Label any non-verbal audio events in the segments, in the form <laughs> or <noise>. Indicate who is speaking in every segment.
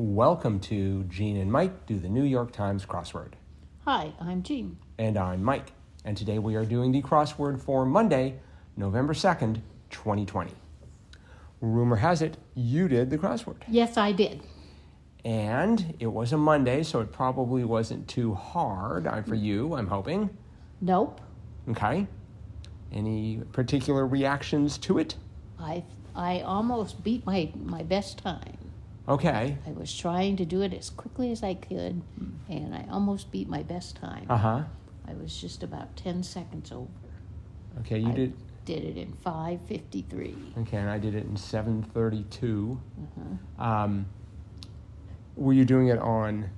Speaker 1: Welcome to Gene and Mike do the New York Times crossword.
Speaker 2: Hi, I'm Jean.
Speaker 1: And I'm Mike. And today we are doing the crossword for Monday, November 2nd, 2020. Rumor has it you did the crossword.
Speaker 2: Yes, I did.
Speaker 1: And it was a Monday, so it probably wasn't too hard uh, for you, I'm hoping.
Speaker 2: Nope.
Speaker 1: Okay. Any particular reactions to it?
Speaker 2: I I almost beat my my best time.
Speaker 1: Okay.
Speaker 2: I was trying to do it as quickly as I could, and I almost beat my best time.
Speaker 1: Uh Hmm. huh.
Speaker 2: I was just about 10 seconds over.
Speaker 1: Okay, you
Speaker 2: I
Speaker 1: did.
Speaker 2: did it in 5:53.
Speaker 1: Okay, and I did it in 732.
Speaker 2: Uh-huh.
Speaker 1: Um, were you doing it on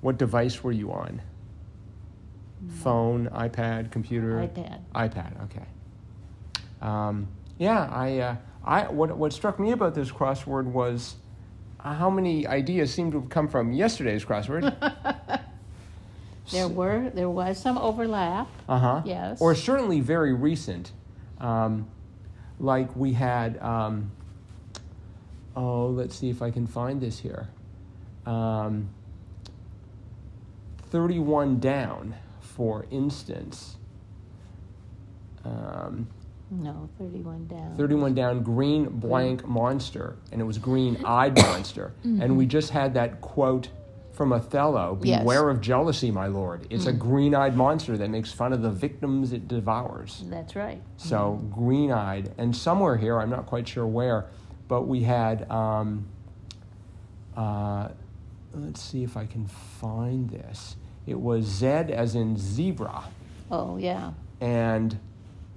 Speaker 1: what device were you on? Phone, iPad, computer,
Speaker 2: iPad.
Speaker 1: iPad. Okay. Um, yeah, I, uh, I what what struck me about this crossword was uh, how many ideas seemed to have come from yesterday's crossword. uh-huh.
Speaker 2: There were there was some overlap.
Speaker 1: Uh huh.
Speaker 2: Yes.
Speaker 1: Or certainly very recent. Um, like we had, um, oh, let's see if I can find this here. Um, 31 down, for instance. Um,
Speaker 2: No, 31 down.
Speaker 1: 31 down, green blank monster. And it was green eyed monster. And we just had that quote from Othello
Speaker 2: Yes.
Speaker 1: Beware of jealousy, my lord. It's a green eyed monster that makes fun of the victims it devours.
Speaker 2: That's right.
Speaker 1: So green eyed. And somewhere here, I'm not quite sure where, but we had. Um, uh, let's see if I can find this. It was Z as in zebra
Speaker 2: Oh, yeah.
Speaker 1: and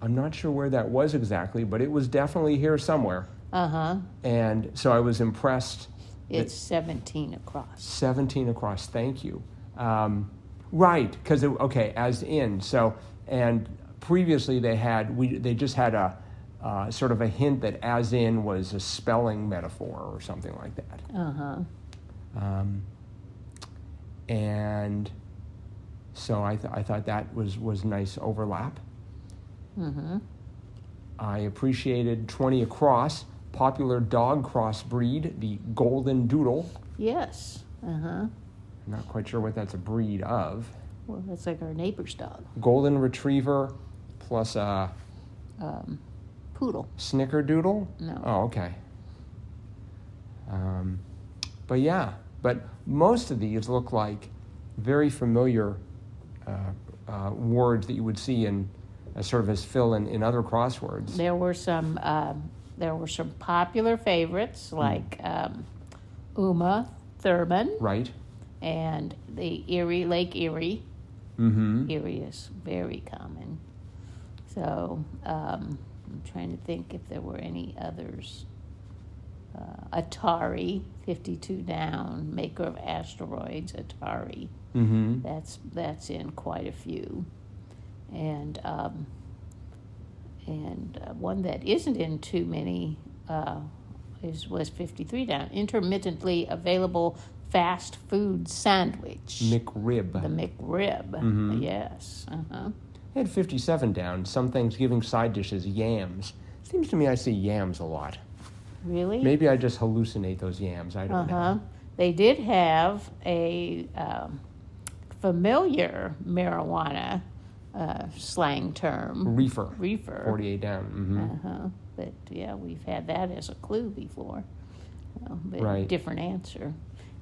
Speaker 1: I'm not sure where that was exactly, but it was definitely here somewhere.
Speaker 2: Uh-huh.
Speaker 1: And so I was impressed.
Speaker 2: It's 17 across.
Speaker 1: 17 across. Thank you. Um, right, because okay, as in. So and previously they had we they just had a uh, sort of a hint that as in was a spelling metaphor or something like that.
Speaker 2: Uh-huh.
Speaker 1: Um, and so I, th- I thought that was, was nice overlap.
Speaker 2: Mhm.
Speaker 1: I appreciated 20 across, popular dog cross breed, the Golden Doodle.
Speaker 2: Yes. Uh-huh.
Speaker 1: I'm not quite sure what that's a breed of.
Speaker 2: Well, that's like our neighbor's dog.
Speaker 1: Golden Retriever plus a
Speaker 2: Um, poodle.
Speaker 1: Snickerdoodle?
Speaker 2: No.
Speaker 1: Oh, okay. Um, but yeah, but most of these look like very familiar uh, uh, words that you would see in uh, sort of as fill in, in other crosswords.
Speaker 2: There were some. Um, there were some popular favorites like um, Uma Thurman
Speaker 1: Right?
Speaker 2: and the Erie Lake Erie.
Speaker 1: Mm-hmm.
Speaker 2: Erie is very common. So um, I'm trying to think if there were any others. Uh, Atari, 52 down, maker of asteroids, Atari.
Speaker 1: Mm-hmm.
Speaker 2: That's that's in quite a few, and um, and uh, one that isn't in too many uh, is was fifty three down. Intermittently available fast food sandwich, the
Speaker 1: McRib. Mm-hmm.
Speaker 2: McRib. Yes, uh-huh.
Speaker 1: I had 57 down. Some Thanksgiving side dishes, yams. Seems to me I see yams a lot.
Speaker 2: really.
Speaker 1: Maybe I just hallucinate those yams. I don't
Speaker 2: Uh
Speaker 1: know.
Speaker 2: huh. They did have a um, familiar marijuana uh, slang term,
Speaker 1: Reefer.
Speaker 2: reefer.
Speaker 1: 48 down. hmm
Speaker 2: Uh-huh. But yeah, we've had that as a clue before. Uh, but
Speaker 1: Right.
Speaker 2: Different answer.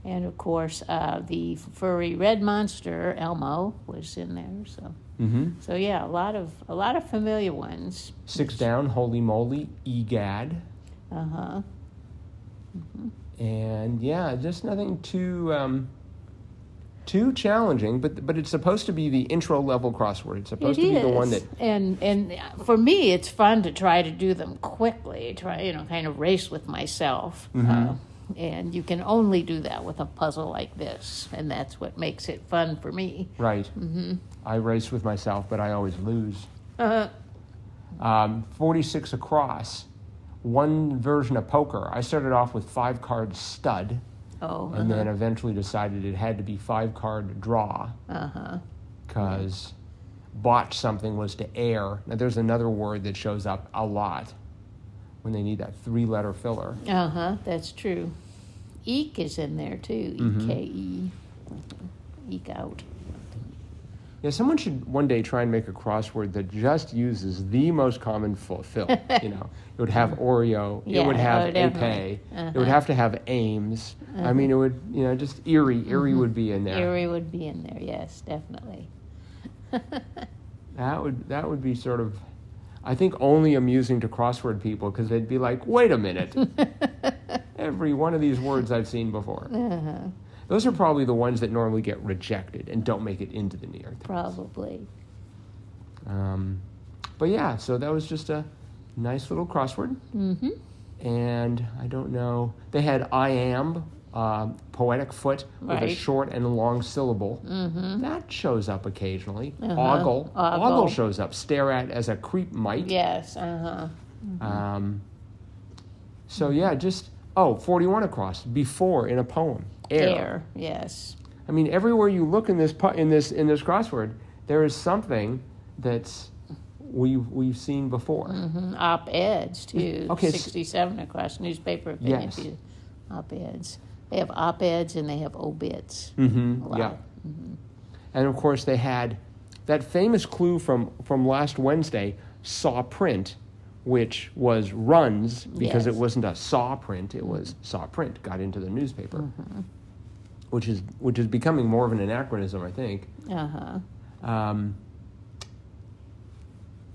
Speaker 2: And of course, uh, the furry red monster Elmo was in there. So,
Speaker 1: hmm
Speaker 2: so yeah, a lot of a lot of familiar ones.
Speaker 1: Six down, holy moly, egad.
Speaker 2: Uh huh.
Speaker 1: And yeah, just nothing too um, too challenging, but but it's supposed to be the intro level crossword. It's supposed to be the one that
Speaker 2: and and for me, it's fun to try to do them quickly. Try you know, kind of race with myself.
Speaker 1: Mm-hmm.
Speaker 2: Uh, and you can only do that with a puzzle like this, and that's what makes it fun for me.
Speaker 1: right. I race with myself, but I always lose. Um, Forty six across, one version of poker. I started off with five card stud,
Speaker 2: Oh,
Speaker 1: and then eventually decided it had to be five card draw.
Speaker 2: uh huh.
Speaker 1: because botch something was to air. Now, there's another word that shows up a lot when they need that three letter filler.
Speaker 2: Uh huh, that's Uh-huh, true. Eek is in there too.
Speaker 1: Mhm.
Speaker 2: E K E.
Speaker 1: Mm-hmm.
Speaker 2: Eek out.
Speaker 1: Yeah, someone should one day try and make a crossword that just uses the most common fu-
Speaker 2: <laughs>
Speaker 1: fill. you know, it would have Oreo. it
Speaker 2: Yeah,
Speaker 1: would
Speaker 2: oh,
Speaker 1: have
Speaker 2: definitely.
Speaker 1: Ape. It would
Speaker 2: Uh-huh.
Speaker 1: have to have Ames. I mean, it would. You know, just Erie. Erie
Speaker 2: Mm-hmm.
Speaker 1: would be in there.
Speaker 2: Erie would be in there. Yes, definitely.
Speaker 1: That would that would be sort of, I think, only amusing to crossword people because they'd be like, "Wait a
Speaker 2: <laughs>
Speaker 1: minute! Every one of these words I've seen before."
Speaker 2: Uh-huh.
Speaker 1: Those are probably the ones that normally get rejected and don't make it into the New York Times.
Speaker 2: Probably.
Speaker 1: Um, but yeah, so that was just a nice little crossword.
Speaker 2: Mm-hmm.
Speaker 1: And I don't know. They had I am, uh, poetic foot with a
Speaker 2: Right.
Speaker 1: short and long syllable.
Speaker 2: Mm-hmm.
Speaker 1: That shows up occasionally.
Speaker 2: Uh-huh.
Speaker 1: Ogle.
Speaker 2: Ogle.
Speaker 1: Ogle shows up. Stare at as a creep might.
Speaker 2: Yes. Uh huh.
Speaker 1: Um, so yeah, just oh, 41 across before in a poem. Air.
Speaker 2: Air. Yes.
Speaker 1: I mean, everywhere you look in this pu- in this in this crossword, there is something that's we've we've seen before.
Speaker 2: hmm Op eds too.
Speaker 1: <laughs> Okay, s-
Speaker 2: 67 across newspaper opinion.
Speaker 1: Yes.
Speaker 2: pieces. Op eds. They have op eds and they have obits.
Speaker 1: Mm-hmm.
Speaker 2: A lot.
Speaker 1: Yeah. And of course, they had that famous clue from from last Wednesday, saw print, which was runs because
Speaker 2: Yes.
Speaker 1: it wasn't a saw print; it was saw print. Got into the newspaper, which is which is becoming more of an anachronism, I think.
Speaker 2: Uh huh.
Speaker 1: um,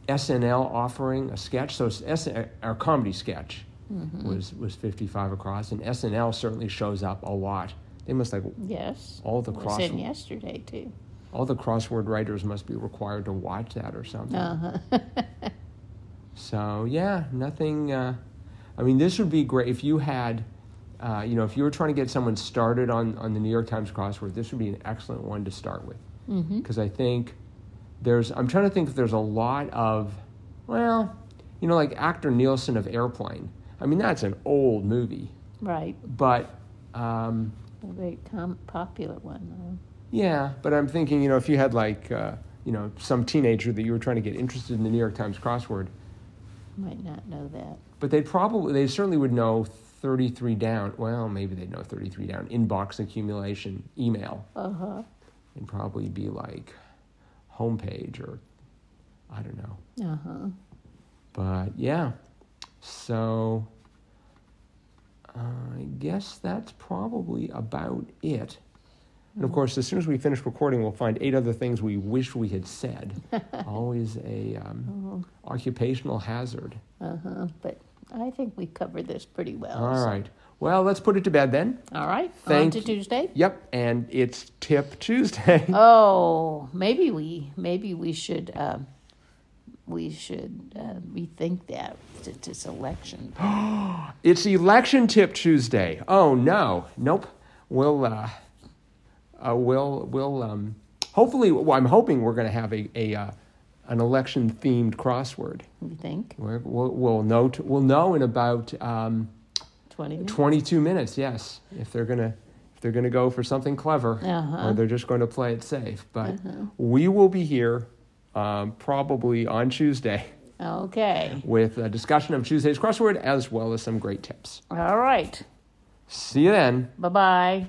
Speaker 1: SNL offering a sketch. So S- our comedy sketch was was 55 across, and SNL certainly shows up a lot. They must like
Speaker 2: Yes.
Speaker 1: all the
Speaker 2: It was in
Speaker 1: crossword
Speaker 2: yesterday too.
Speaker 1: all the crossword writers must be required to watch that or something.
Speaker 2: Uh huh.
Speaker 1: So yeah, nothing. Uh, I mean, this would be great if you had. Uh, you know, if you were trying to get someone started on, on the New York Times crossword, this would be an excellent one to start with.
Speaker 2: <laughs> mm-hmm.
Speaker 1: because I think there's I'm trying to think if there's a lot of well, you know, like actor Nielsen of Airplane. I mean, that's an old movie,
Speaker 2: Right.
Speaker 1: but um,
Speaker 2: A very com- popular one.
Speaker 1: yeah, but I'm thinking, you know, if you had like uh, you know some teenager that you were trying to get interested in the New York Times crossword,
Speaker 2: Though. Might not know that.
Speaker 1: but they probably they certainly would know 33 down. Well, maybe they'd know 33 down inbox accumulation email.
Speaker 2: Uh huh.
Speaker 1: and probably be like homepage or I don't know.
Speaker 2: Uh huh.
Speaker 1: But yeah, so I guess that's probably about it. And of course, as soon as we finish recording, we'll find eight other things we wish we had said. Always a um, occupational hazard.
Speaker 2: Uh huh. But I think we covered this pretty well.
Speaker 1: All right. Well, let's put it to bed then.
Speaker 2: All right.
Speaker 1: Thank
Speaker 2: on to
Speaker 1: you.
Speaker 2: Tuesday.
Speaker 1: Yep, and it's Tip Tuesday. <laughs>
Speaker 2: Oh, maybe we maybe we should um, we should uh, rethink that to, to selection.
Speaker 1: It's election tip Tuesday. Oh no, nope. We'll uh, uh we'll we'll um, hopefully. Well, I'm hoping we're going to have a a uh, an election themed crossword.
Speaker 2: You think
Speaker 1: We're, we'll, we'll know t- we'll know in about um,
Speaker 2: twenty? Minutes?
Speaker 1: 22 minutes. Yes, if they're gonna if they're gonna go for something clever,
Speaker 2: Uh-huh.
Speaker 1: or they're just going to play it safe. But we will be here um, probably on Tuesday
Speaker 2: Okay.
Speaker 1: with a discussion of Tuesday's crossword as well as some great tips.
Speaker 2: All right.
Speaker 1: See you then.
Speaker 2: Bye bye.